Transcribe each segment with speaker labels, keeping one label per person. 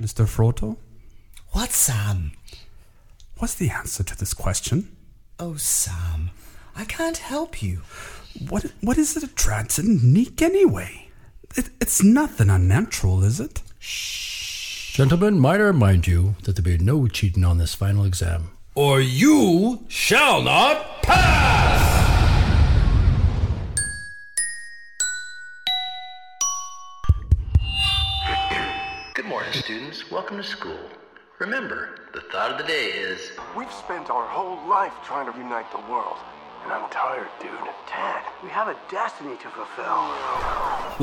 Speaker 1: Mr. Froto?
Speaker 2: What, Sam?
Speaker 1: What's the answer to this question?
Speaker 2: Oh, Sam, I can't help you.
Speaker 1: What what is it a trance and neek anyway? It, it's nothing unnatural, is it?
Speaker 3: Gentlemen, might I remind you that there will be no cheating on this final exam.
Speaker 4: Or you shall not pass!
Speaker 5: Good morning, students. Welcome to school. Remember, the thought of the day is
Speaker 6: We've spent our whole life trying to unite the world, and I'm tired, dude. Ted, we have a destiny to fulfill.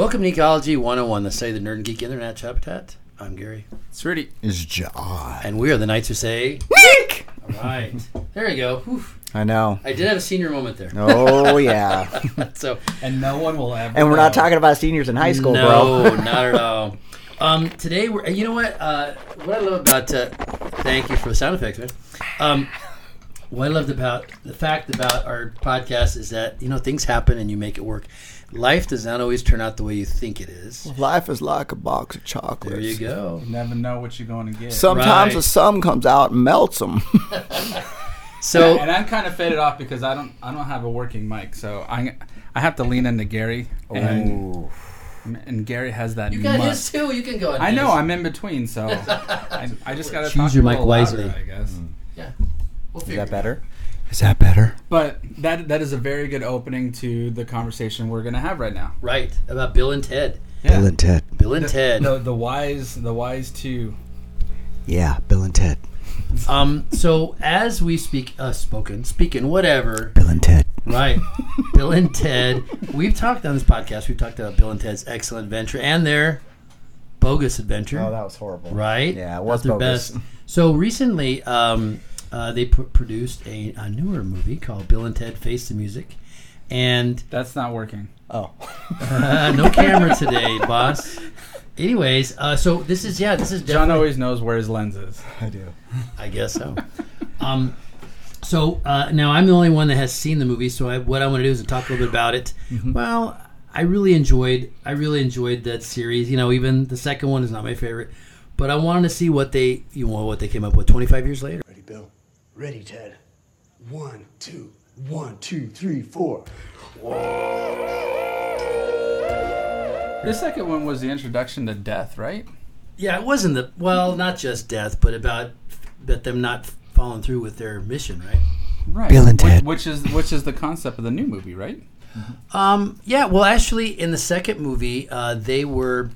Speaker 7: Welcome to Ecology 101, the study of the nerd and geek internet habitat. I'm Gary.
Speaker 8: Sweetie.
Speaker 9: Is John.
Speaker 7: And we are the Knights Who Say. All right. There you go. Whew.
Speaker 9: I know.
Speaker 7: I did have a senior moment there.
Speaker 9: Oh yeah.
Speaker 7: So,
Speaker 8: And no one will ever.
Speaker 9: and we're not
Speaker 8: know.
Speaker 9: talking about seniors in high school,
Speaker 7: no,
Speaker 9: bro.
Speaker 7: not at all. Um, today, we're, you know what? Uh, what I love about. Uh, thank you for the sound effects, man. Um, what I loved about the fact about our podcast is that, you know, things happen and you make it work. Life does not always turn out the way you think it is.
Speaker 9: Life is like a box of chocolates.
Speaker 7: There you go.
Speaker 8: You Never know what you're going to get.
Speaker 9: Sometimes
Speaker 7: Right.
Speaker 9: the sun comes out and melts them.
Speaker 7: So,
Speaker 8: and I'm kind of faded off because I don't I don't have a working mic, so I I have to lean into Gary, and,
Speaker 7: Oh.
Speaker 8: and Gary has that.
Speaker 7: you got his
Speaker 8: must.
Speaker 7: too. You can go ahead.
Speaker 8: I
Speaker 7: and
Speaker 8: know
Speaker 7: his.
Speaker 8: I'm in between, so I, I just gotta
Speaker 7: Choose
Speaker 8: talk
Speaker 7: your
Speaker 8: a
Speaker 7: mic
Speaker 8: little louder,
Speaker 7: wisely. Mm.
Speaker 8: I guess.
Speaker 7: Yeah. We'll
Speaker 9: is
Speaker 7: figure
Speaker 9: that
Speaker 7: it out.
Speaker 9: better?
Speaker 8: Is that better? But that that is a very good opening to the conversation we're gonna have right now.
Speaker 7: Right. About Bill and Ted.
Speaker 8: Yeah.
Speaker 10: Bill and Ted.
Speaker 7: Bill and Ted.
Speaker 8: The the wise the wise two.
Speaker 10: Yeah, Bill and Ted.
Speaker 7: Um, so as we speak, uh, spoken, speaking, whatever,
Speaker 10: Bill and Ted.
Speaker 7: right? Bill and Ted. We've talked on this podcast. We've talked about Bill and Ted's excellent adventure and their bogus adventure,
Speaker 9: Oh, that was horrible.
Speaker 7: right?
Speaker 9: Yeah, it
Speaker 7: Not
Speaker 9: was
Speaker 7: their
Speaker 9: bogus.
Speaker 7: best. So recently, um, uh, they pr- produced a, a newer movie called Bill and Ted Face the Music, and
Speaker 8: That's not working.
Speaker 9: Oh,
Speaker 7: uh, no camera today, boss. Anyways, uh, so this is yeah, this is
Speaker 8: John
Speaker 7: definitely
Speaker 8: always knows where his lens is.
Speaker 9: I do.
Speaker 7: I guess so. um, so uh, now I'm the only one that has seen the movie. So I, what I want to do is talk a little bit about it. Well, I really enjoyed. I really enjoyed that series. You know, even the second one is not my favorite, but I wanted to see what they you know what they came up with 25 years later.
Speaker 6: Ready, Bill? Ready, Ted? One, two, one, two, three, four.
Speaker 8: The second one was the introduction to death, right?
Speaker 7: Yeah, it wasn't the well, not just death, but about that them not following through with their mission, right?
Speaker 8: Right.
Speaker 10: Bill and
Speaker 8: Wh-
Speaker 10: Ted.
Speaker 8: Which is which is the concept of the new movie, right?
Speaker 7: Um, yeah, well, actually, in the second movie, uh, they were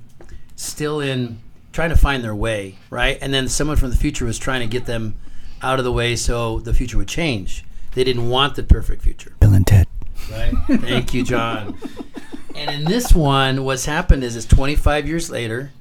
Speaker 7: still in trying to find their way, right? And then someone from the future was trying to get them out of the way so the future would change. They didn't want the perfect future,
Speaker 10: Bill and Ted.
Speaker 7: right? Thank you, John. And in this one, what's happened is it's 25 years later.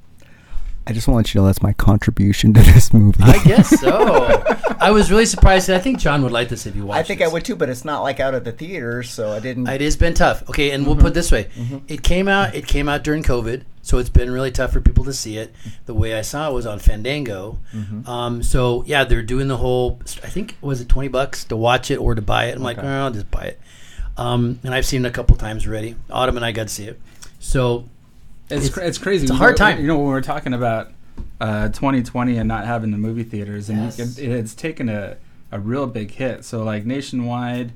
Speaker 9: I just want you to know that's my contribution to this movie.
Speaker 7: I guess so. I was really surprised. I think John would like this if you watched.
Speaker 9: I think I
Speaker 7: this.
Speaker 9: would too, but it's not like out of the theater, so I didn't.
Speaker 7: It has been tough. Okay, and we'll put it this way: it came out. It came out during COVID, so it's been really tough for people to see it. The way I saw it was on Fandango. Um, so yeah, they're doing the whole. I think was it twenty bucks to watch it or to buy it. I'm like, no, I'll just buy it. Um, and I've seen it a couple times already. Autumn and I got to see it. So
Speaker 8: It's
Speaker 7: It's-
Speaker 8: cra- it's crazy.
Speaker 7: it's a
Speaker 8: You
Speaker 7: hard
Speaker 8: know-
Speaker 7: time.
Speaker 8: You know when we're talking about uh, 2020 and not having the movie theaters, and you
Speaker 7: Yes.
Speaker 8: could- it, it's taken a a real big hit. So like nationwide,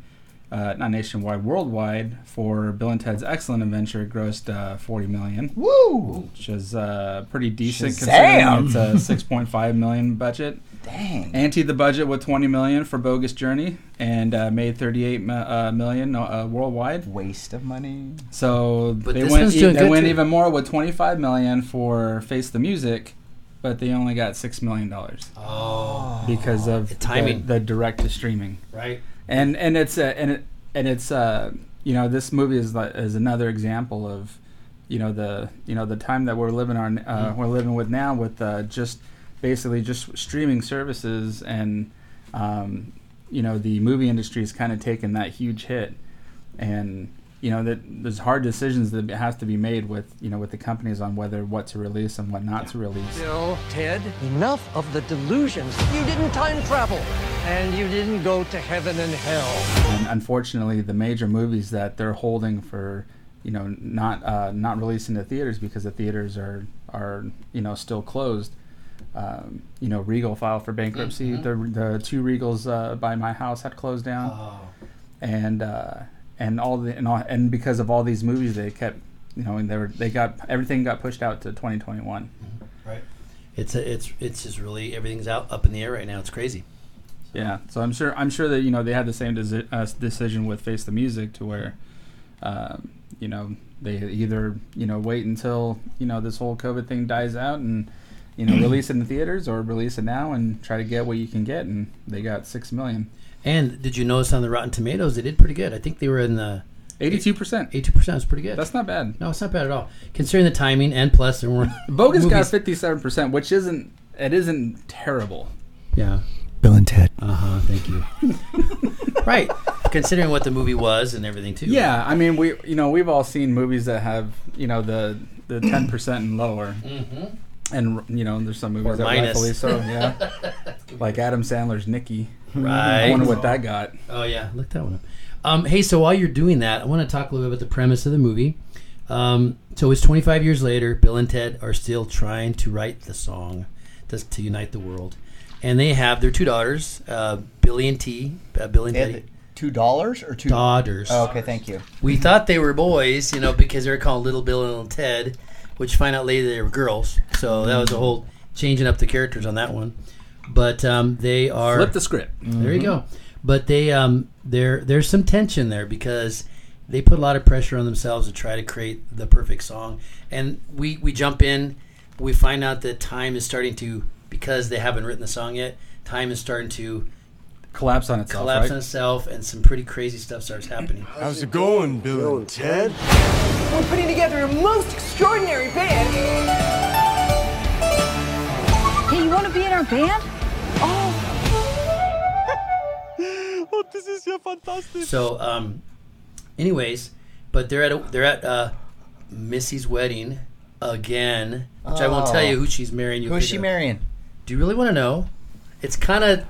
Speaker 8: uh, not nationwide, worldwide for Bill and Ted's Excellent Adventure it grossed uh, 40 million,
Speaker 9: Woo!
Speaker 8: which is uh, pretty decent
Speaker 9: Shazam!
Speaker 8: considering it's a 6.5 million budget.
Speaker 9: Dang.
Speaker 8: Ante the budget with 20 million for Bogus Journey and uh, made 38 mi- uh, million uh, worldwide.
Speaker 9: Waste of money.
Speaker 8: So
Speaker 7: But
Speaker 8: they
Speaker 7: this
Speaker 8: went,
Speaker 7: one's
Speaker 8: e-
Speaker 7: doing
Speaker 8: they
Speaker 7: good,
Speaker 8: went
Speaker 7: too.
Speaker 8: even more with 25 million for Face the Music, but they only got six million dollars
Speaker 7: oh,
Speaker 8: because of the,
Speaker 7: timing.
Speaker 8: the direct to streaming.
Speaker 7: right,
Speaker 8: And and it's a, and it, and it's uh you know this movie is like, is another example of you know the you know the time that we're living on uh, we're living with now with uh, just basically just streaming services and um, you know the movie industry has kind of taken that huge hit and you know that there's hard decisions that has to be made with you know with the companies on whether what to release and what not to release
Speaker 6: Bill, Ted, enough of the delusions. You didn't time travel, and you didn't go to heaven and hell.
Speaker 8: and unfortunately the major movies that they're holding for you know not uh, not releasing the theaters because the theaters are are you know still closed um, you know Regal filed for bankruptcy. The the two Regals uh, by my house had closed down, and uh, and all the and all, and because of all these movies, they kept you know and they were they got everything got pushed out to 2021.
Speaker 7: Right. It's a, it's it's just really everything's out up in the air right now. It's crazy.
Speaker 8: Yeah, so I'm sure I'm sure that you know they had the same desi- uh, decision with Face the Music to where, um, you know, they either you know wait until you know this whole COVID thing dies out and you know release it in the theaters or release it now and try to get what you can get and they got six million.
Speaker 7: And did you notice on the Rotten Tomatoes they did pretty good? I think they were in the
Speaker 8: 82%.
Speaker 7: 82% is pretty good.
Speaker 8: That's not bad.
Speaker 7: No, it's not bad at all. Considering the timing and plus there were
Speaker 8: Bogus got
Speaker 7: movies-
Speaker 8: fifty seven percent, which isn't it isn't terrible.
Speaker 7: Yeah.
Speaker 10: Bill and Ted.
Speaker 7: Uh huh. Thank you. right. Considering what the movie was and everything too.
Speaker 8: Yeah, I mean we you know we've all seen movies that have you know the the ten percent and lower, Mm-hmm.
Speaker 7: Mhm.
Speaker 8: and you know there's some movies
Speaker 7: Or
Speaker 8: that
Speaker 7: minus.
Speaker 8: rightfully so yeah, like Adam Sandler's Nikki.
Speaker 7: Right.
Speaker 8: I wonder what that got.
Speaker 7: Oh yeah, look that one up. Um, hey, so while you're doing that, I want to talk a little bit about the premise of the movie. Um, so it's 25 years later. Bill and Ted are still trying to write the song to, to unite the world, and they have their two daughters, uh, Billy and T. Uh, Billy and
Speaker 11: They had
Speaker 7: Teddy.
Speaker 11: Two dollars or two
Speaker 7: Daughters.
Speaker 11: Oh, okay, thank you.
Speaker 7: We thought they were boys, you know, because they were called Little Bill and Little Ted, which find out later they were girls. So that was a whole changing up the characters on that one. But um, they are
Speaker 8: Flip the Mm-hmm. script.
Speaker 7: There you go. But they um, there there's some tension there because they put a lot of pressure on themselves to try to create the perfect song. And we we jump in, we find out that time is starting to because they haven't written the song yet. Time is starting to
Speaker 8: Collapse on itself.
Speaker 7: collapse
Speaker 8: right?
Speaker 7: on itself, and some pretty crazy stuff starts happening.
Speaker 12: How's it going, Bill and Ted?
Speaker 13: We're putting together a most extraordinary band.
Speaker 14: Hey, you want to be in our band? Oh,
Speaker 12: Oh, this is ja fantastisch.
Speaker 7: So, um, anyways, but they're at a, they're at uh, Missy's wedding again, which I won't
Speaker 11: Oh.
Speaker 7: tell you who she's marrying. You
Speaker 11: Who is she
Speaker 7: marrying? Do you really want to know? It's kind of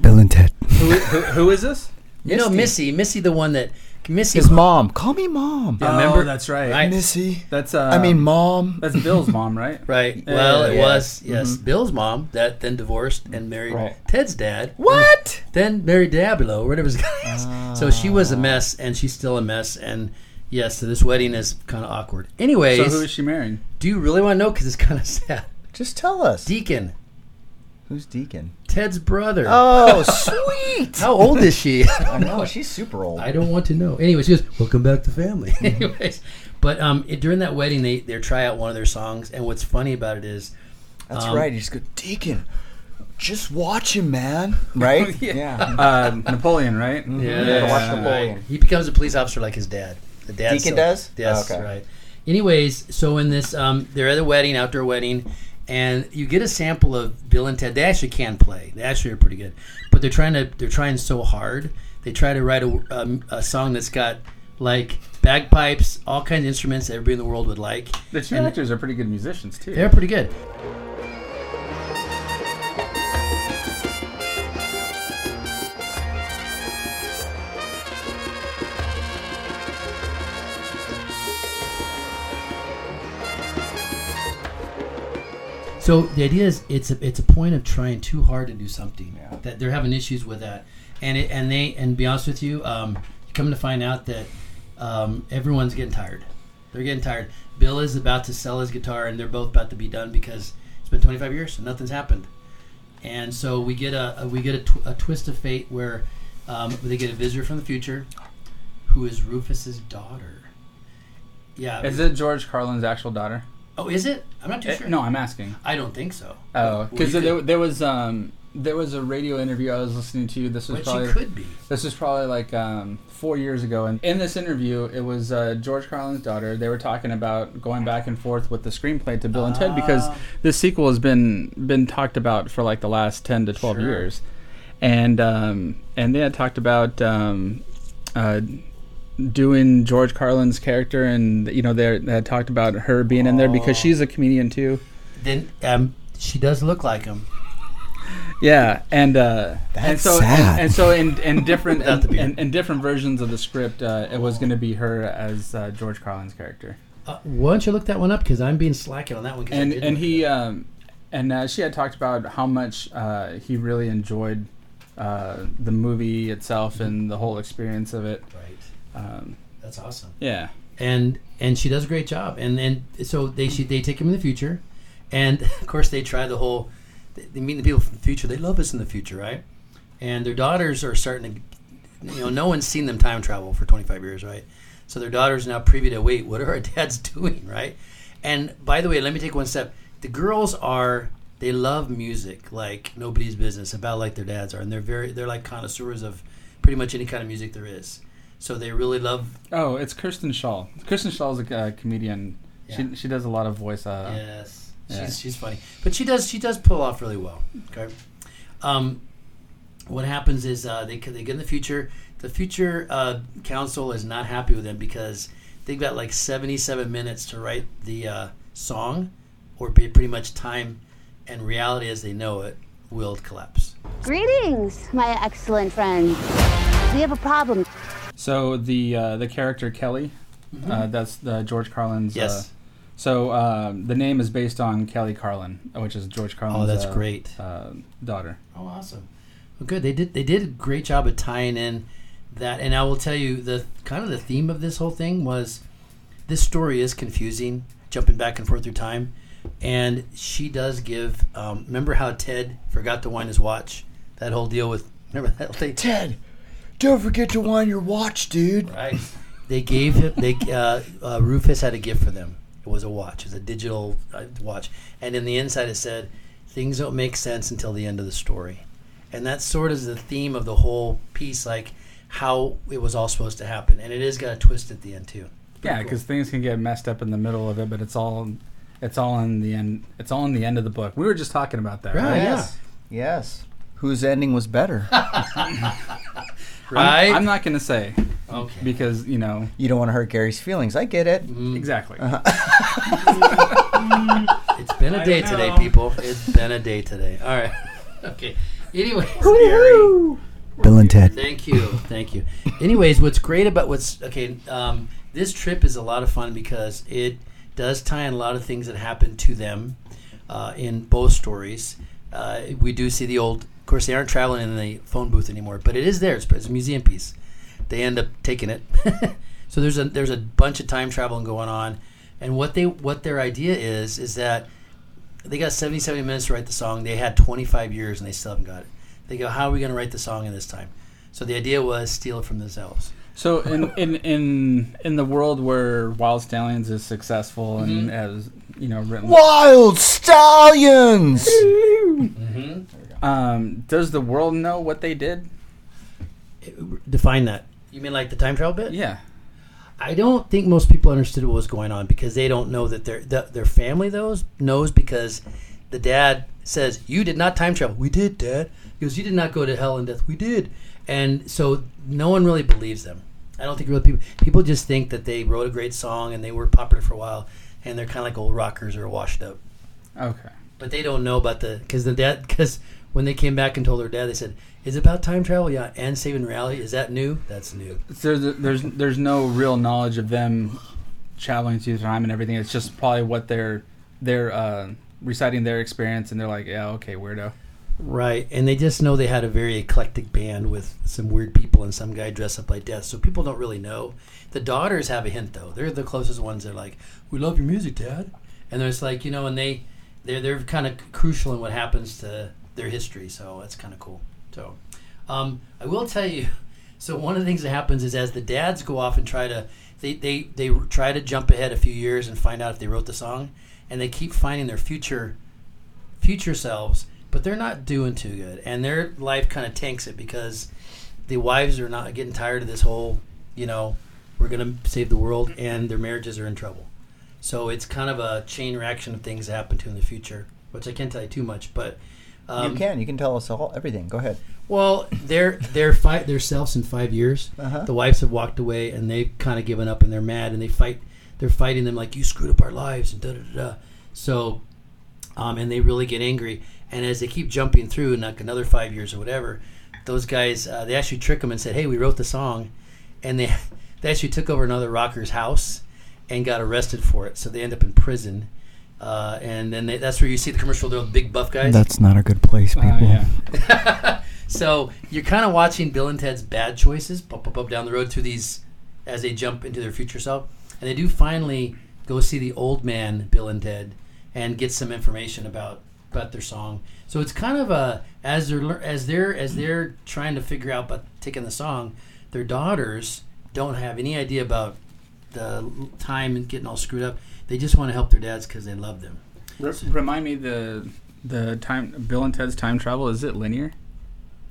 Speaker 10: Bill and Ted.
Speaker 8: who, who, who is this?
Speaker 7: you know Missy, Missy the one that Missy
Speaker 10: His mom. Call me mom.
Speaker 8: Yeah, remember Oh, that's right.
Speaker 10: Missy.
Speaker 8: That's uh,
Speaker 10: I mean, mom.
Speaker 8: That's Bill's mom, right?
Speaker 7: right.
Speaker 8: Yeah,
Speaker 7: well,
Speaker 8: yeah,
Speaker 7: it
Speaker 8: yeah.
Speaker 7: was yes,
Speaker 8: Mhm.
Speaker 7: Bill's mom that then divorced and married
Speaker 8: Right.
Speaker 7: Ted's dad. What? Then married Diablo, whatever his guy is. So she was a mess, and she's still a mess, and. Yes, so this wedding is kind of awkward. Anyways,
Speaker 8: so who is she marrying?
Speaker 7: Do you really want to know? Because it's kind of sad. Just tell us. Deacon.
Speaker 11: Who's Deacon?
Speaker 7: Ted's brother.
Speaker 11: Oh, sweet.
Speaker 7: How old is she?
Speaker 11: I know she's super old.
Speaker 7: I don't want to know. Anyways, she goes, "Welcome back to family." Anyways, but um, it, during that wedding, they they try out one of their songs, and what's funny about it is,
Speaker 10: That's
Speaker 7: um,
Speaker 10: right. He just go, Deacon, just watch him, man.
Speaker 11: Right?
Speaker 8: Uh, Napoleon, right?
Speaker 7: Yeah, Right. He becomes a police officer like his dad. The dad
Speaker 11: Deacon does? Oh,
Speaker 7: Yes,
Speaker 11: Okay.
Speaker 7: right. Anyways, so in this, um, they're at a wedding, outdoor wedding, and you get a sample of Bill and Ted. They actually can play. They actually are pretty good, but they're trying to. They're trying so hard. They try to write a, um, a song that's got like bagpipes, all kinds of instruments that everybody in the world would like.
Speaker 8: The two
Speaker 7: And-
Speaker 8: actors are pretty good musicians too.
Speaker 7: They're pretty good. So the idea is, it's a it's a point of trying too hard to do something that they're having issues with that, and it, and they and be honest with you, um, you come to find out that um, everyone's getting tired. They're getting tired. Bill is about to sell his guitar, and they're both about to be done because it's been 25 years and nothing's happened. And so we get a, a we get a, tw- a twist of fate where um, they get a visitor from the future, who is Rufus's daughter. Yeah.
Speaker 8: Is it George Carlin's actual daughter?
Speaker 7: Oh, is it? I'm not too
Speaker 8: Eh,
Speaker 7: sure.
Speaker 8: No, I'm asking.
Speaker 7: I don't think so.
Speaker 8: Oh,
Speaker 7: Well, you
Speaker 8: because there, there was um there was a radio interview I was listening to. This was
Speaker 7: Which it
Speaker 8: probably
Speaker 7: could be.
Speaker 8: This was probably like um, four years ago, and in this interview, it was uh, George Carlin's daughter. They were talking about going back and forth with the screenplay to Bill and Ted because
Speaker 7: Ah.
Speaker 8: this sequel has been been talked about for like the last ten to twelve
Speaker 7: Sure.
Speaker 8: years, and um, and they had talked about um, uh, doing George Carlin's character, and you know they they had talked about her being in there because she's a comedian too.
Speaker 7: Then um, she does look like him.
Speaker 8: Yeah, and uh, and
Speaker 7: That's
Speaker 8: so
Speaker 7: sad.
Speaker 8: And, and so in, in different
Speaker 7: Without the
Speaker 8: in,
Speaker 7: beard.
Speaker 8: in, different versions of the script, uh, it was going to be her as uh, George Carlin's character,
Speaker 7: Uh, why don't you look that one up? Because I'm being slacking on that one. 'cause I
Speaker 8: and
Speaker 7: didn't.
Speaker 8: and he um, and uh, she had talked about how much uh, he really enjoyed uh, the movie itself and the whole experience of it.
Speaker 7: Right.
Speaker 8: Um,
Speaker 7: That's awesome.
Speaker 8: yeah.
Speaker 7: and and she does a great job. And and so they she, they take him in the future, and of course they try the whole. They, they meet the people from the future. They love us in the future, right? And their daughters are starting to, you know, no one's seen them time travel for 25 years, right? So their daughters now privy to wait, what are our dads doing, right? And by the way, let me take one step. The girls are they love music like nobody's business, about like their dads are, and they're very they're like connoisseurs of pretty much any kind of music there is. So they really love
Speaker 8: Oh, it's Kirsten Shaw. Kirsten Shaw is a uh, comedian. She she does a lot of voice. Uh,
Speaker 7: Yes,
Speaker 8: yeah.
Speaker 7: she's she's funny, but she does she does pull off really well. Okay, um, what happens is uh, they they get in the future. The future uh, council is not happy with them because they've got like seventy seven minutes to write the uh, song, or be pretty much time and reality as they know it will collapse.
Speaker 15: Greetings, my excellent friends. We have a problem.
Speaker 8: So the uh, the character Kelly, uh,
Speaker 15: Mhm.
Speaker 8: that's the George Carlin's.
Speaker 7: Mm-hmm. Yes.
Speaker 8: Uh, so um, the name is based on Kelly Carlin, which is George Carlin's.
Speaker 7: Oh, that's
Speaker 8: uh,
Speaker 7: great.
Speaker 8: Uh, daughter.
Speaker 7: Oh, awesome. Well, good. They did. They did a great job of tying in that. And I will tell you, the kind of the theme of this whole thing was this story is confusing, jumping back and forth through time. And she does give. Um, remember how Ted forgot to wind his watch? That whole deal with. Remember that whole thing? Ted,
Speaker 10: Don't forget to wind your watch, dude.
Speaker 7: Right. They gave him. They uh, uh, Rufus had a gift for them. It was a watch. It was a digital uh, watch, and in the inside it said, "Things don't make sense until the end of the story," and that's sort of the theme of the whole piece, like how it was all supposed to happen, and it is got a twist at the end too.
Speaker 8: Yeah, because things can get messed up in the middle of it, but it's all it's all in the end. It's all in the end of the book. We were just talking about that. right?
Speaker 11: Yes. Yes. Whose ending was better?
Speaker 8: Right? I'm, I'm not going to say.
Speaker 7: Okay.
Speaker 8: Because, you know.
Speaker 11: You don't want to hurt Gary's feelings. I get it.
Speaker 8: Exactly.
Speaker 7: Uh-huh. It's been a
Speaker 11: I
Speaker 7: day
Speaker 11: don't
Speaker 7: today,
Speaker 11: know.
Speaker 7: people. It's been a day today. All right. Okay. Anyway,
Speaker 9: Bill and Ted.
Speaker 7: Thank you, thank you. Anyways, what's great about what's okay? Um, this trip is a lot of fun because it does tie in a lot of things that happened to them uh, in both stories. Uh, we do see the old. Of course, they aren't traveling in the phone booth anymore, but it is there. It's, it's a museum piece. They end up taking it. so there's a there's a bunch of time traveling going on, and what they what their idea is is that they got 70, 70 minutes to write the song. They had 25 years and they still haven't got it. They go, how are we going to write the song in this time? So the idea was steal it from themselves.
Speaker 8: So in, in in in the world where Wild Stallions is successful and has you know written
Speaker 10: Wild stallions.
Speaker 8: um, does the world know what they did?
Speaker 7: Define that. You mean like the time travel bit?
Speaker 8: Yeah.
Speaker 7: I don't think most people understood what was going on because they don't know that their the, their family those knows because the dad says you did not time travel. We did, Dad. He goes, you did not go to hell and death. We did, and so no one really believes them. I don't think real people people just think that they wrote a great song and they were popular for a while and they're kind of like old rockers or washed up.
Speaker 8: Okay.
Speaker 7: But they don't know about the because the dad because when they came back and told their dad, they said, "Is it about time travel? Yeah, and saving reality. Is that new? That's new."
Speaker 8: So there's there's, there's no real knowledge of them traveling through time and everything. It's just probably what they're they're uh, reciting their experience and they're like, yeah, okay, weirdo. Uh,
Speaker 7: Right, and they just know they had a very eclectic band with some weird people and some guy dressed up like death. So people don't really know. The daughters have a hint though. They're the closest ones. They're like, "We love your music, Dad," and there's like you know, and they they're they're kind of crucial in what happens to their history. So that's kind of cool. So um, I will tell you. So one of the things that happens is as the dads go off and try to they, they they try to jump ahead a few years and find out if they wrote the song, and they keep finding their future future selves, but they're not doing too good, and their life kind of tanks it because the wives are not getting tired of this whole, you know, we're gonna save the world, and their marriages are in trouble. So it's kind of a chain reaction of things that happen to in the future, which I can't tell you too much, but um,
Speaker 11: you can. You can tell us all everything. Go ahead.
Speaker 7: well, they're they're fight themselves in five years. The wives have walked away and they've kind of given up and they're mad and they fight. They're fighting them like you screwed up our lives and da da da. da." So, um, and they really get angry. And as they keep jumping through, and like another five years or whatever, those guys uh, they actually trick them and said, "Hey, we wrote the song," and they they actually took over another rocker's house and got arrested for it. So they end up in prison Uh, and then they, that's where you see the commercial, the big buff guys.
Speaker 9: That's not a good place, people.
Speaker 7: so you're kind of watching Bill and Ted's bad choices pop up, up down the road through these as they jump into their future self, and they do finally go see the old man Bill and Ted and get some information about about their song. So it's kind of a as they're lear- as they're as they're trying to figure out about taking the song, their daughters don't have any idea about the time and getting all screwed up. They just want to help their dads because they love them.
Speaker 8: Re- remind me the the time Bill and Ted's time travel is it linear?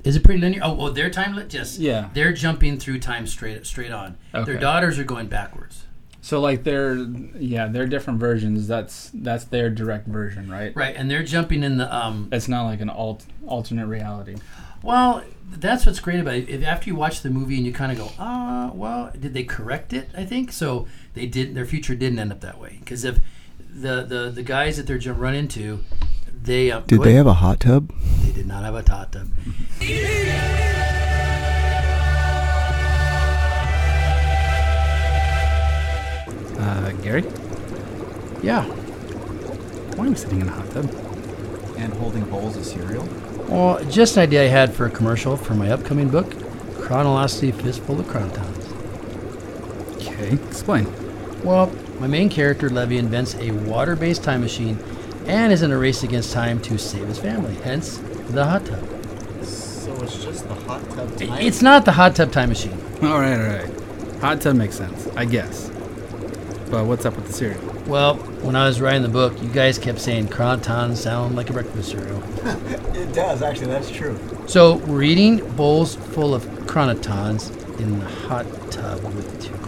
Speaker 7: Is it pretty linear? Oh, well, their time li- yes.
Speaker 8: Yeah.
Speaker 7: They're jumping through time straight straight on.
Speaker 8: Okay.
Speaker 7: Their daughters are going backwards.
Speaker 8: So like they're yeah they're different versions. That's that's their direct version, right?
Speaker 7: Right, and they're jumping in the um.
Speaker 8: It's not like an alt alternate reality.
Speaker 7: Well, that's what's great about it. If after you watch the movie and you kind of go, ah, well, did they correct it? I think so. They did. Their future didn't end up that way because if the, the the guys that they're jump run into, they uh,
Speaker 9: Did
Speaker 7: what-
Speaker 9: they have a hot tub?
Speaker 7: They did not have a hot tub.
Speaker 8: Uh, Gary? Yeah. Why am I sitting in a hot tub?
Speaker 11: And holding bowls of cereal?
Speaker 7: Well, just an idea I had for a commercial for my upcoming book, Chronolosity Fistful of Crontons.
Speaker 8: Okay, explain.
Speaker 7: Well, my main character, Levy, invents a water based time machine and is in a race against time to save his family, hence the hot tub.
Speaker 11: So it's just the hot tub time?
Speaker 7: It's not the hot tub time machine.
Speaker 8: All right, all right. Hot tub makes sense, I guess. But what's up with the cereal?
Speaker 7: Well, when I was writing the book, you guys kept saying crontons sound like a breakfast cereal.
Speaker 11: it does, actually, that's true.
Speaker 7: So we're eating bowls full of chronotons in the hot tub with chocolate.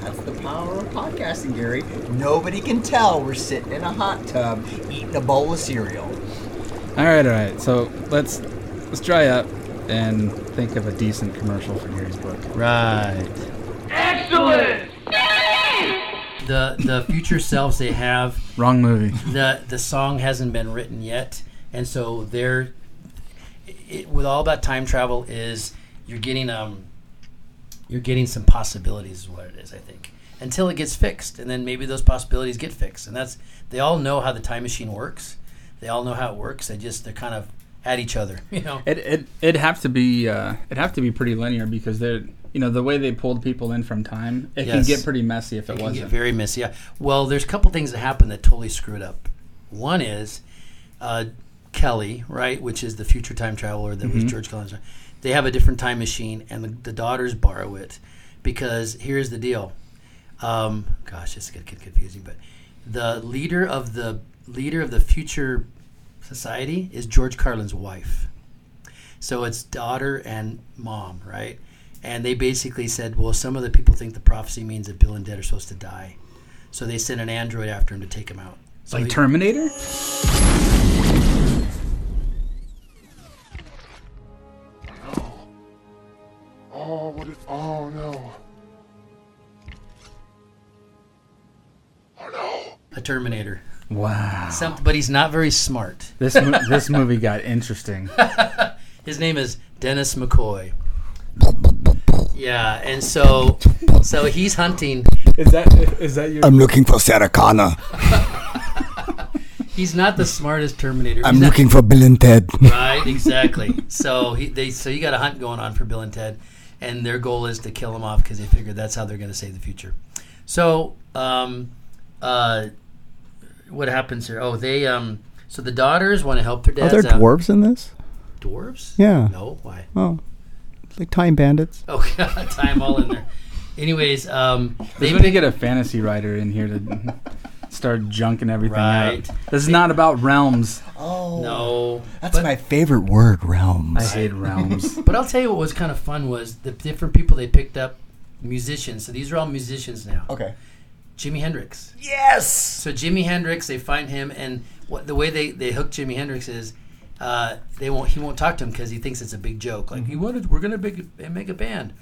Speaker 11: That's the power of podcasting, Gary. Nobody can tell we're sitting in a hot tub eating a bowl of cereal.
Speaker 8: All right, all right. So let's let's dry up and think of a decent commercial for Gary's book.
Speaker 7: Right.
Speaker 12: Excellent!
Speaker 7: The the future selves they have
Speaker 8: Wrong movie.
Speaker 7: the the song hasn't been written yet, and so they're it, with all about time travel is you're getting um you're getting some possibilities is what it is I think until it gets fixed, and then maybe those possibilities get fixed, and that's they all know how the time machine works, they all know how it works. They just they're kind of at each other, you know.
Speaker 8: It it it'd have to be uh, it'd have to be pretty linear because they're you know the way they pulled people in from time. It can
Speaker 7: Yes.
Speaker 8: get pretty messy if it,
Speaker 7: It can
Speaker 8: wasn't.
Speaker 7: get very messy. Yeah. Well, there's a couple things that happened that totally screwed up. One is uh, Kelly, right, which is the future time traveler that was
Speaker 8: Mhm.
Speaker 7: George Collins. They have a different time machine, and the, the daughters borrow it because here's the deal. Um, gosh, this is going to get confusing, but the leader of the leader of the future society is George Carlin's wife. So it's daughter and mom, right? And they basically said, well, some of the people think the prophecy means that Bill and Ted are supposed to die. So they sent an android after him to take him out. So
Speaker 8: like
Speaker 7: he-
Speaker 8: Terminator.
Speaker 12: Oh, what is. Oh, no.
Speaker 7: a Terminator.
Speaker 8: Wow.
Speaker 7: Some, but he's not very smart.
Speaker 8: This mo- this movie got interesting.
Speaker 7: His name is Dennis McCoy. Yeah, and so so he's hunting.
Speaker 8: Is that is that your?
Speaker 9: I'm looking for Sarah Connor.
Speaker 7: He's not the smartest Terminator.
Speaker 9: I'm
Speaker 7: He's not-
Speaker 9: looking for Bill and Ted.
Speaker 7: right, exactly. So he, they so you got a hunt going on for Bill and Ted, and their goal is to kill him off because they figure that's how they're going to save the future. So, um, uh, what happens here? Oh, they um, so the daughters want to help their
Speaker 9: Are
Speaker 7: dads.
Speaker 9: there
Speaker 7: out.
Speaker 9: dwarves in this?
Speaker 7: Dwarves?
Speaker 9: Yeah.
Speaker 7: No, why?
Speaker 9: Oh, like time bandits.
Speaker 7: Oh, God, time all in there. Anyways, um,
Speaker 8: They
Speaker 7: they
Speaker 8: need to get a fantasy writer in here to start junking everything
Speaker 7: Right.
Speaker 8: out. This is not about realms.
Speaker 11: Oh.
Speaker 7: no.
Speaker 11: That's
Speaker 7: but-
Speaker 11: my
Speaker 9: Favorite word, realms.
Speaker 8: I hate realms.
Speaker 7: but I'll tell you what was kind of fun was the different people they picked up musicians. So these are all musicians now.
Speaker 11: Okay.
Speaker 7: Jimi Hendrix.
Speaker 11: Yes!
Speaker 7: So Jimi Hendrix, they find him, and what the way they they hook Jimi Hendrix is. Uh, they won't. He won't talk to him because he thinks it's a big joke. Like, you wanted, we're gonna make a, make a band.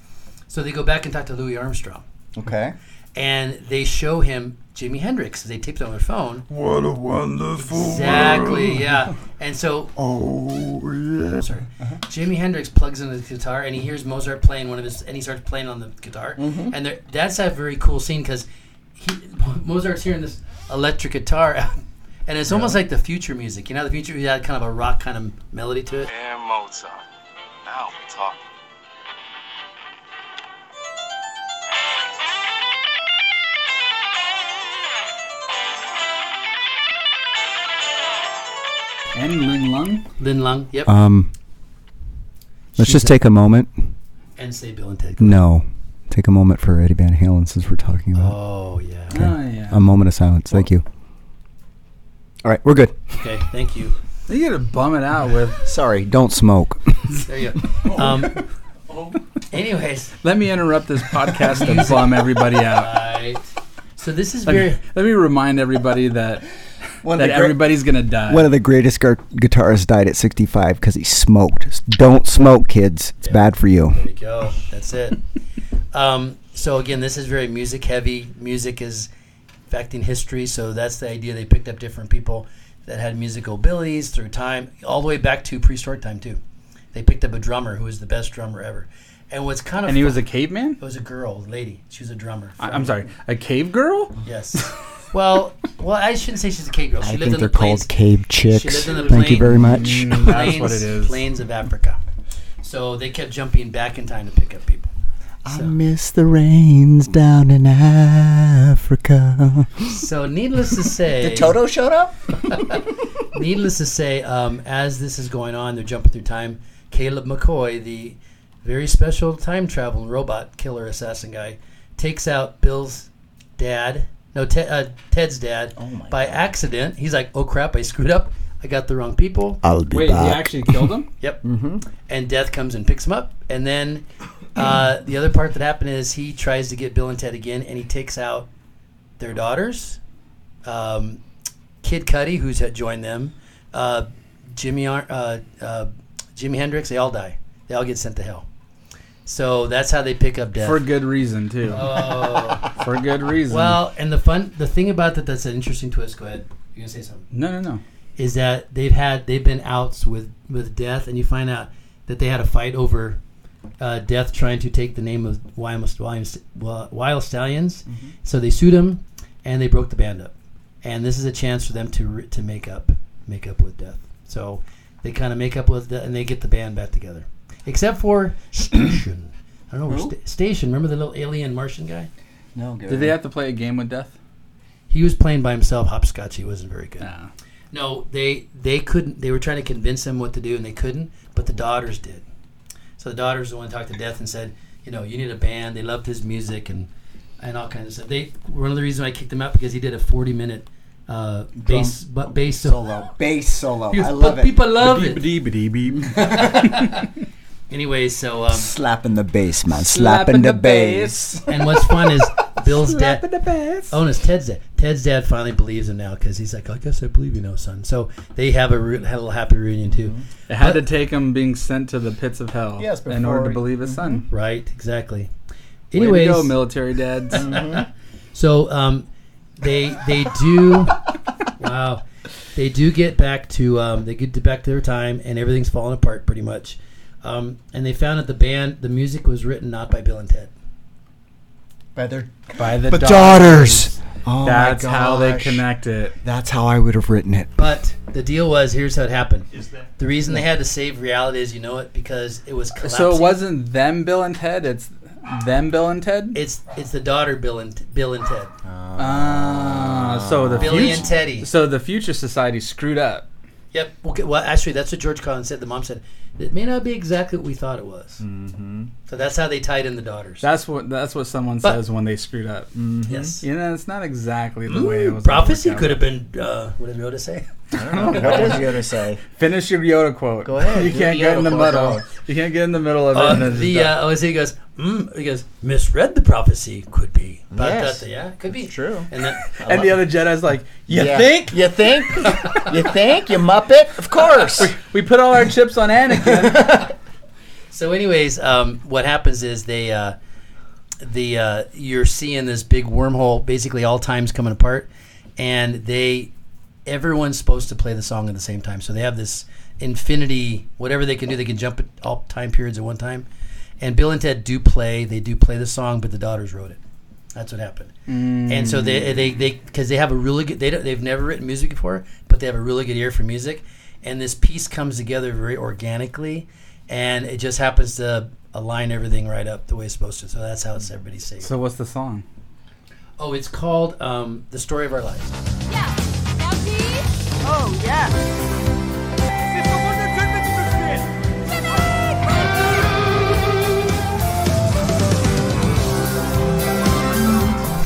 Speaker 7: So they go back and talk to Louis Armstrong,
Speaker 11: Okay.
Speaker 7: and they show him Jimi Hendrix. They taped it on their phone.
Speaker 12: What a wonderful.
Speaker 7: Exactly.
Speaker 12: world.
Speaker 7: Yeah. And so.
Speaker 12: Oh, yeah.
Speaker 7: Sorry. Jimi Hendrix plugs in his guitar and he hears Mozart playing one of his, and he starts playing on the guitar. And there, that's a very cool scene because he, Mozart's hearing this electric guitar, and it's almost like the future music. You know, the future music had kind of a rock kind of melody to it.
Speaker 16: And Mozart. Now we're talking.
Speaker 8: And Lin Lung.
Speaker 7: Lin Lung. Yep.
Speaker 9: Um, let's
Speaker 7: She's
Speaker 9: just
Speaker 7: a-
Speaker 9: take a moment.
Speaker 7: And say Bill and Ted.
Speaker 9: No, take a moment for Eddie Van Halen since we're talking about.
Speaker 7: Oh yeah.
Speaker 9: Okay.
Speaker 7: Oh,
Speaker 8: yeah.
Speaker 9: A moment of silence. Thank you. All right, we're good.
Speaker 7: Okay, thank you.
Speaker 8: You gotta bum it out with.
Speaker 9: Sorry, don't smoke.
Speaker 7: There you go. Um, anyways,
Speaker 8: Let me interrupt this podcast and bum everybody out.
Speaker 7: right. So this is
Speaker 8: Let me,
Speaker 7: very.
Speaker 8: let me remind everybody that
Speaker 7: One of
Speaker 8: that
Speaker 7: the great-
Speaker 8: everybody's gonna die.
Speaker 9: One of the greatest gu- guitarists died at 65 because he smoked. Don't smoke, kids. It's bad for you.
Speaker 7: There you go. That's it. um, so again, this is very music heavy. Music is affecting history, so that's the idea. They picked up different people that had musical abilities through time, all the way back to prehistoric time too. They picked up a drummer who was the best drummer ever, and what's kind of
Speaker 8: And he was
Speaker 7: fun-
Speaker 8: a caveman.
Speaker 7: It was a girl, lady. She was a drummer.
Speaker 8: I, I'm sorry, a cave girl.
Speaker 7: Yes. well, well, I shouldn't say she's a cave girl. She
Speaker 9: I
Speaker 7: lived
Speaker 9: think
Speaker 7: on the
Speaker 9: they're called
Speaker 7: plains.
Speaker 9: cave
Speaker 7: She
Speaker 9: chicks.
Speaker 7: lived on the
Speaker 9: Thank you
Speaker 7: plain-
Speaker 9: very much.
Speaker 7: plains,
Speaker 9: Mm, that's what it
Speaker 8: is.
Speaker 7: Plains of Africa. So they kept jumping back in time to pick up people.
Speaker 9: I miss the rains down in Africa.
Speaker 7: So needless to say,
Speaker 11: Did Toto showed up?
Speaker 7: needless to say, um, as this is going on, they're jumping through time. Caleb McCoy, the very special time travel robot killer assassin guy, takes out Bill's dad, no, Te- uh, Ted's dad,
Speaker 9: Oh
Speaker 7: by accident. He's like, "Oh crap, I screwed up. I got the wrong people."
Speaker 9: I'll be
Speaker 7: Wait, he
Speaker 9: back.
Speaker 7: actually killed him? Yep. Mm-hmm. And Death comes and picks him up. And then uh, the other part that happened is he tries to get Bill and Ted again, and he takes out their daughters, um, Kid Cudi, who's had joined them, uh, Jimmy Ar- uh, uh, Jimi Hendrix. They all die. They all get sent to hell. So that's how they pick up Death.
Speaker 8: For good reason too.
Speaker 7: Oh.
Speaker 8: For good reason.
Speaker 7: Well, and the fun, the thing about that that's interesting to us. Go ahead. You gonna say something?
Speaker 8: No, no, no.
Speaker 7: Is that they've had they've been outs with with death, and you find out that they had a fight over uh, death trying to take the name of Wild, Wild, Wild Stallions. So they sued him, and they broke the band up. And this is a chance for them to re- to make up make up with death. So they kind of make up with the, and they get the band back together, except for Station. I don't know.
Speaker 8: Who?
Speaker 7: Sta- Station. Remember the little alien Martian guy? No.
Speaker 8: Did they have to play a game with death?
Speaker 7: He was playing by himself hopscotch. He wasn't very good. No, they they couldn't. They were trying to convince him what to do, and they couldn't. But the daughters did. So the daughters the one who talked to Death and said, you know, you need a band. They loved his music and and all kinds of stuff. They one of the reasons I kicked him out because he did a forty minute uh, bass but bass solo.
Speaker 11: Bass solo.
Speaker 7: He was-
Speaker 11: I love
Speaker 7: but
Speaker 11: it.
Speaker 7: People love it.
Speaker 11: it.
Speaker 7: Anyway, so um,
Speaker 9: slapping the bass, man. Slapping the bass.
Speaker 7: And what's fun is Bill's dad.
Speaker 9: Slapping the bass.
Speaker 7: Oh, and it's Ted's dad. Ted's dad finally believes him now because he's like, I guess I believe you now, son. So they have a, re- had a little happy reunion too.
Speaker 11: Mm-hmm.
Speaker 8: It had
Speaker 7: But-
Speaker 8: to take him being sent to the pits of hell.
Speaker 7: Yes,
Speaker 8: in order to
Speaker 7: before-
Speaker 8: believe his son.
Speaker 7: Right, exactly.
Speaker 8: Way to
Speaker 9: Mm-hmm.
Speaker 7: Anyways,
Speaker 8: go, military dads.
Speaker 7: so um, they they do wow, they do get back to um, they get to back to their time, and everything's falling apart pretty much. Um, and they found that the band, the music was written not by Bill and Ted.
Speaker 11: By their
Speaker 8: by
Speaker 9: The daughters. Oh my
Speaker 8: That's how they
Speaker 9: gosh.
Speaker 8: connect it.
Speaker 9: That's how I would have written it.
Speaker 7: But the deal was here's how it happened. the reason they had to save reality is you know it because it was collapsing.
Speaker 8: So it wasn't them, Bill and Ted. It's them, Bill and Ted.
Speaker 7: It's it's the daughter Bill and Bill and Ted.
Speaker 8: Ah, so the
Speaker 7: Billy
Speaker 8: future,
Speaker 7: and Teddy.
Speaker 8: So the future society screwed up.
Speaker 7: Yep. Okay. Well, actually, that's what George Collins said. The mom said it may not be exactly what we thought it was. Mm-hmm. So that's how they tied in the daughters.
Speaker 8: That's what that's what someone says when they screwed up.
Speaker 7: Yes.
Speaker 8: you know it's not exactly the
Speaker 7: Mm. Ooh,
Speaker 8: way it was. gonna
Speaker 7: prophecy
Speaker 8: work out.
Speaker 7: could have been. Uh, what did Yoda say?
Speaker 11: What does Yoda say?
Speaker 8: Finish your Yoda quote. Go
Speaker 7: ahead.
Speaker 8: You
Speaker 7: Do
Speaker 8: can't
Speaker 7: the
Speaker 8: get in
Speaker 7: Yoda
Speaker 8: the
Speaker 7: quote.
Speaker 8: middle. You can't get in the middle of it.
Speaker 7: Uh,
Speaker 8: and then just
Speaker 7: the
Speaker 8: go.
Speaker 7: uh, oh, so he goes. Mm, he goes. Misread the prophecy. Could be. But
Speaker 11: Yes.
Speaker 7: that- yeah, could be true. And, that,
Speaker 8: and the other Jedi's like, you
Speaker 11: Yeah.
Speaker 8: think?
Speaker 11: You think? you think? You muppet? Of course.
Speaker 8: we, we put all our chips on Anakin.
Speaker 7: So, anyways, um, what happens is they uh, the uh, you're seeing this big wormhole, basically all times coming apart, and they everyone's supposed to play the song at the same time. So they have this infinity, whatever they can do, they can jump at all time periods at one time. And Bill and Ted do play; they do play the song, but the daughters wrote it. That's what happened. And so they they they because they have a really good they don't, they've never written music before, but they have a really good ear for music, and this piece comes together very organically, and it just happens to align everything right up the way it's supposed to. So that's how it's everybody saved.
Speaker 8: So what's the song?
Speaker 7: Oh, it's called um, "The Story of Our Lives."
Speaker 13: Oh, yeah.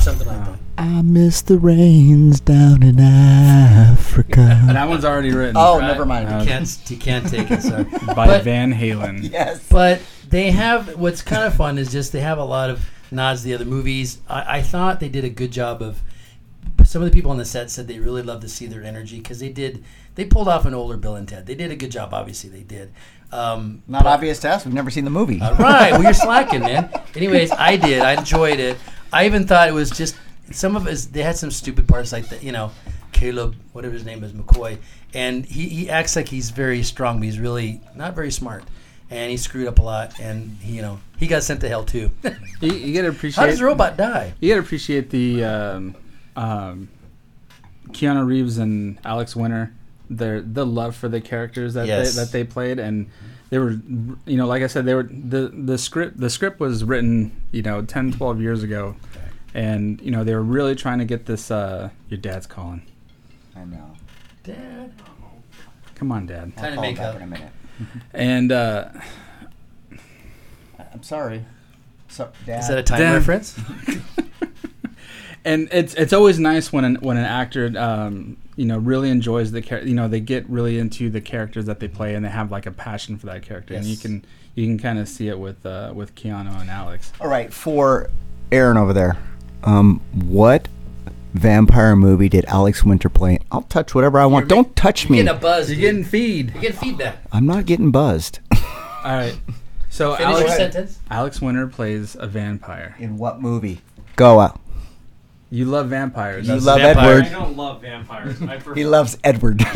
Speaker 7: Something like that.
Speaker 9: I miss the rains down in Africa.
Speaker 8: And that one's already written.
Speaker 11: Oh,
Speaker 8: right?
Speaker 11: never mind.
Speaker 7: You can't, you can't take it. Sorry.
Speaker 8: By
Speaker 7: But-
Speaker 8: Van Halen.
Speaker 11: Yes.
Speaker 7: But they have what's kind of fun is just they have a lot of nods to the other movies. I, I thought they did a good job of. Some of the people on the set said they really love to see their energy because they did. They pulled off an older Bill and Ted. They did a good job. Obviously, they did. Um,
Speaker 11: Not obvious to us. We've never seen the movie.
Speaker 7: all right. Well, you're slacking, man. Anyways, I did. I enjoyed it. I even thought it was just some of us. They had some stupid parts, like the you know, Caleb, whatever his name is, McCoy, and he, he acts like he's very strong, but he's really not very smart, and he screwed up a lot, and he, you know, he got sent to hell too.
Speaker 8: You, you gotta appreciate.
Speaker 7: How does a robot die?
Speaker 8: You gotta appreciate the um, um, Keanu Reeves and Alex Winter. Their the love for the characters that
Speaker 7: Yes.
Speaker 8: they, that they played, and they were, you know, like I said, they were the the script. The script was written, you know, 10, 12 years ago, and you know they were really trying to get this. Uh, your dad's calling.
Speaker 11: I know.
Speaker 7: Dad,
Speaker 8: Come on, Dad.
Speaker 11: I'll call back in a minute.
Speaker 8: And uh,
Speaker 11: I'm sorry. So, Dad.
Speaker 7: Is that a time
Speaker 8: Dad.
Speaker 7: reference?
Speaker 8: and it's it's always nice when an when an actor um, you know really enjoys the character you know they get really into the characters that they play and they have like a passion for that character and you
Speaker 11: Yes.
Speaker 8: can you can kind of see it with uh, with Keanu and Alex.
Speaker 11: All right.
Speaker 9: For Aaron over there, um, what vampire movie did Alex Winter play? in? I'll touch whatever I want. Don't touch me.
Speaker 7: You're getting a buzz. You're
Speaker 8: getting feed.
Speaker 7: You're getting feedback.
Speaker 9: I'm not getting buzzed.
Speaker 8: All right, so
Speaker 7: Finish your
Speaker 8: Alex
Speaker 7: sentence.
Speaker 8: Alex Winter plays a vampire.
Speaker 11: In what movie?
Speaker 9: Go out.
Speaker 8: You love vampires.
Speaker 9: You
Speaker 8: that's-
Speaker 9: love Vampire. Edward.
Speaker 17: I don't love vampires. I prefer,
Speaker 9: He loves Edward.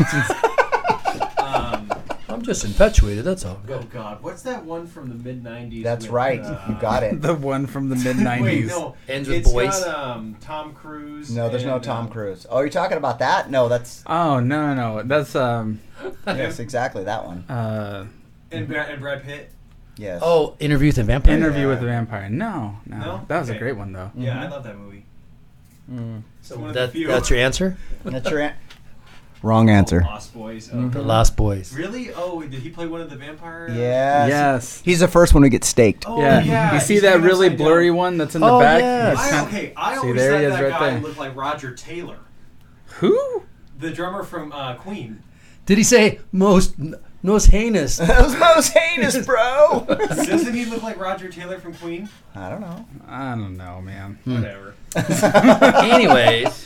Speaker 17: Um,
Speaker 7: I'm just infatuated. That's all.
Speaker 17: oh God, what's that one from the mid '90s?
Speaker 11: That's
Speaker 17: with,
Speaker 11: right.
Speaker 17: uh,
Speaker 11: you got it.
Speaker 8: the one from the mid
Speaker 17: Wait,
Speaker 8: nineties.
Speaker 17: no,
Speaker 7: Ends with
Speaker 17: it's
Speaker 7: boys.
Speaker 17: Not, um, Tom Cruise.
Speaker 11: No, there's no
Speaker 17: and,
Speaker 11: Tom
Speaker 17: uh,
Speaker 11: Cruise. Oh, you're talking about that? No, that's
Speaker 8: Oh no no no! That's um
Speaker 11: yes, exactly that one.
Speaker 8: uh
Speaker 17: And, Bra- and Brad Pitt.
Speaker 11: Yes.
Speaker 7: Oh, interview with a vampire.
Speaker 8: interview with a vampire. No, no
Speaker 17: No?
Speaker 8: that was a
Speaker 17: Okay.
Speaker 8: great one though. Mm-hmm.
Speaker 17: Yeah, I love that movie. It's one of the
Speaker 7: That,
Speaker 17: few.
Speaker 7: that's your answer.
Speaker 11: that's your an-
Speaker 9: Wrong answer.
Speaker 17: Lost Boys. Okay.
Speaker 8: Mm-hmm.
Speaker 7: The Lost Boys.
Speaker 17: Really? Oh, did he play one of the vampire?
Speaker 11: Yes.
Speaker 8: Yes.
Speaker 9: He's the first one to get staked.
Speaker 17: Oh,
Speaker 8: Yeah.
Speaker 17: yeah,
Speaker 8: you see
Speaker 17: he's
Speaker 8: that
Speaker 17: hanging
Speaker 8: really
Speaker 17: upside down.
Speaker 8: blurry one that's in the
Speaker 7: Oh,
Speaker 8: back?
Speaker 7: yes.
Speaker 8: He's
Speaker 17: I,
Speaker 8: kinda-
Speaker 17: okay, I
Speaker 8: see,
Speaker 17: always
Speaker 8: there
Speaker 17: thought
Speaker 8: he is
Speaker 17: that
Speaker 8: right
Speaker 17: guy
Speaker 8: there.
Speaker 17: looked like Roger Taylor,
Speaker 8: Who?
Speaker 17: the drummer from uh, Queen.
Speaker 7: Did he say most most heinous?
Speaker 11: That was most heinous, bro.
Speaker 17: Doesn't he look like Roger Taylor from Queen?
Speaker 11: I don't know.
Speaker 8: I don't know, man.
Speaker 17: Whatever.
Speaker 7: Anyways,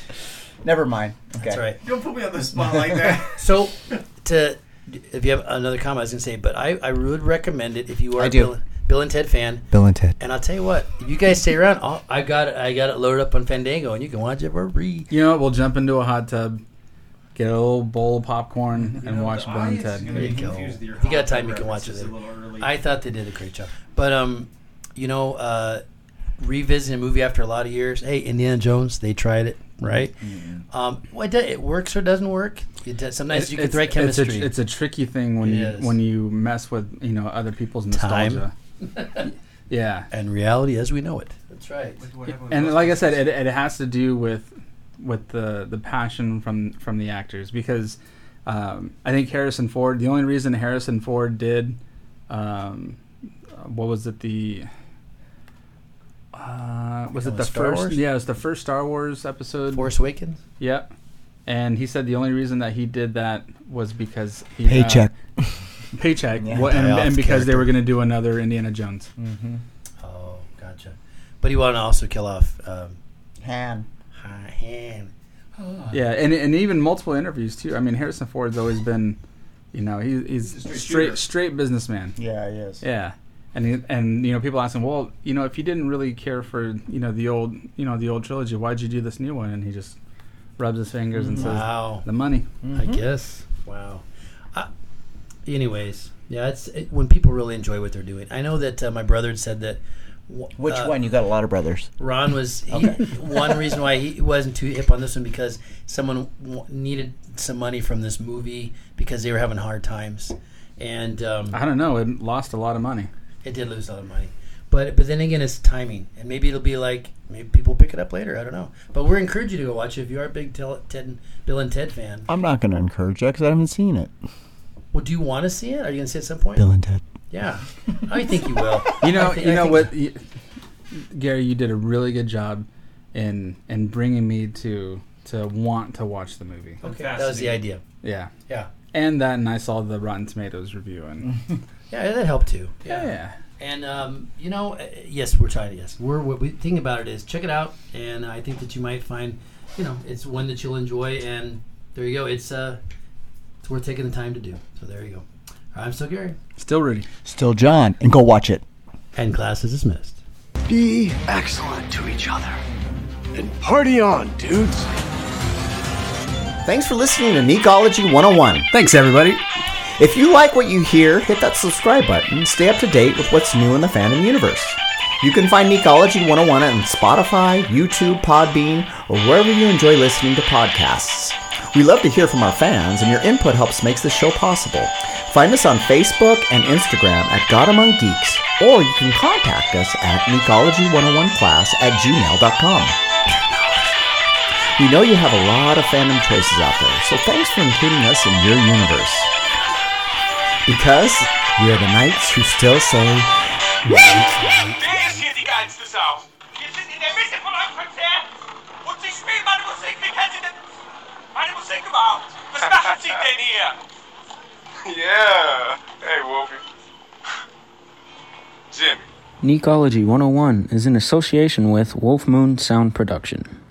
Speaker 11: Never mind. Okay.
Speaker 7: that's right.
Speaker 17: Don't put me on the spot like that.
Speaker 7: So, to if you have another comment, I was gonna say, but I, I would recommend it if you are
Speaker 9: I
Speaker 7: a
Speaker 9: do.
Speaker 7: Bill, Bill and Ted fan.
Speaker 9: Bill and Ted.
Speaker 7: And I'll tell you what, if you guys stay around, I'll, I got it. I got it loaded up on Fandango, and you can watch it for free.
Speaker 8: You know what? We'll jump into a hot tub, get a little bowl of popcorn, and watch Bill and Ted.
Speaker 7: There you go. You got time, you can watch it. later. I thought they did a great job, but um, you know, uh, revisiting a movie after a lot of years. Hey, Indiana Jones, they tried it, right? Um, what do- it works or doesn't work. It does, sometimes you get the right
Speaker 8: it's a-
Speaker 7: chemistry.
Speaker 8: It's a, tricky thing when
Speaker 7: It
Speaker 8: you
Speaker 7: is.
Speaker 8: when you mess with you know other people's
Speaker 7: Time.
Speaker 8: nostalgia. yeah,
Speaker 7: and reality as we know it. That's right.
Speaker 8: and like I said, it, it has to do with with the the passion from from the actors because um, I think Harrison Ford. The only reason Harrison Ford did um, uh, what was it the uh, was
Speaker 7: That
Speaker 8: it the
Speaker 7: was Star
Speaker 8: first?
Speaker 7: Wars?
Speaker 8: Yeah, it was the first Star Wars episode.
Speaker 7: Force Awakens.
Speaker 8: Yep. And he said the only reason that he did that was because he, uh,
Speaker 9: Paycheck.
Speaker 8: paycheck,
Speaker 11: Yeah.
Speaker 8: wha- and,
Speaker 7: Pay off
Speaker 8: and
Speaker 7: the
Speaker 8: because they
Speaker 7: character.
Speaker 8: were going to do another Indiana Jones.
Speaker 11: Mm-hmm.
Speaker 7: Oh, gotcha. But he wanted to also kill off um,
Speaker 11: Han.
Speaker 7: Han.
Speaker 8: Yeah, and and even multiple interviews too. I mean, Harrison Ford's always been, you know, he, he's
Speaker 17: Straight
Speaker 8: straight
Speaker 17: shooter.
Speaker 8: straight, businessman.
Speaker 11: Yeah, he is.
Speaker 8: Yeah, and he, and you know, people ask him, well, you know, if you didn't really care for you know the old you know the old trilogy, why'd you do this new one? And he just rubs his fingers and says,
Speaker 7: Wow.
Speaker 8: the money.
Speaker 7: Mm-hmm. I guess. Wow. I, anyways, yeah, it's it, when people really enjoy what they're doing. I know that uh, my brother had said that
Speaker 9: Which one? You got a lot of brothers.
Speaker 7: Ron was he, one reason why he wasn't too hip on this one because someone w- needed some money from this movie because they were having hard times, and um,
Speaker 8: I don't know. It lost a lot of money.
Speaker 7: It did lose a lot of money, but but then again, it's timing, and maybe it'll be like maybe people pick it up later. I don't know, but we're encouraging you to go watch it if you are a big Tel- Ted, Bill and Ted fan.
Speaker 9: I'm not going to encourage that because I haven't seen it.
Speaker 7: Well, do you want to see it? Are you going to see it at some point?
Speaker 9: Bill and Ted.
Speaker 7: Yeah, I think you will.
Speaker 8: You know,
Speaker 7: I thi-
Speaker 8: you
Speaker 7: I
Speaker 8: know
Speaker 7: think-
Speaker 8: what, you, Gary, you did a really good job in in bringing me to to want to watch the movie.
Speaker 7: Okay, that was the idea.
Speaker 8: Yeah,
Speaker 7: Yeah. Mm-hmm.
Speaker 8: and that, and I saw the Rotten Tomatoes review, and
Speaker 7: Yeah, that helped too.
Speaker 8: Yeah, yeah.
Speaker 7: And um, you know, uh, yes, we're trying. Yes, we're what we think about it is check it out, and I think that you might find, you know, it's one that you'll enjoy. And there you go. It's uh, it's worth taking the time to do. So there you go. I'm still Gary.
Speaker 8: Still Rudy.
Speaker 9: Still John, and go watch it.
Speaker 7: And class is dismissed.
Speaker 6: Be excellent to each other. And party on, dudes.
Speaker 9: Thanks for listening to Necology 101.
Speaker 1: Thanks, everybody.
Speaker 9: If you like what you hear, hit that subscribe button and stay up to date with what's new in the fandom universe. You can find Necology 101 on Spotify, YouTube, Podbean, or wherever you enjoy listening to podcasts. We love to hear from our fans, and your input helps make this show possible. Find us on Facebook and Instagram at God Among Geeks, or you can contact us at necology101class at gmail.com. We know you have a lot of fandom choices out there, so thanks for including us in your universe. Because we are the knights who still say,
Speaker 18: Wer ist hier die geilste Sau? Wir sind in der Mitte von eurem Konzert und Sie spielen meine Musik. Wie kennen Sie denn meine Musik überhaupt? Was machen Sie denn hier?
Speaker 16: Yeah. Hey, Wolfie. Jimmy.
Speaker 17: uh,
Speaker 19: Necology 101 is in association with Wolf Moon Sound Production.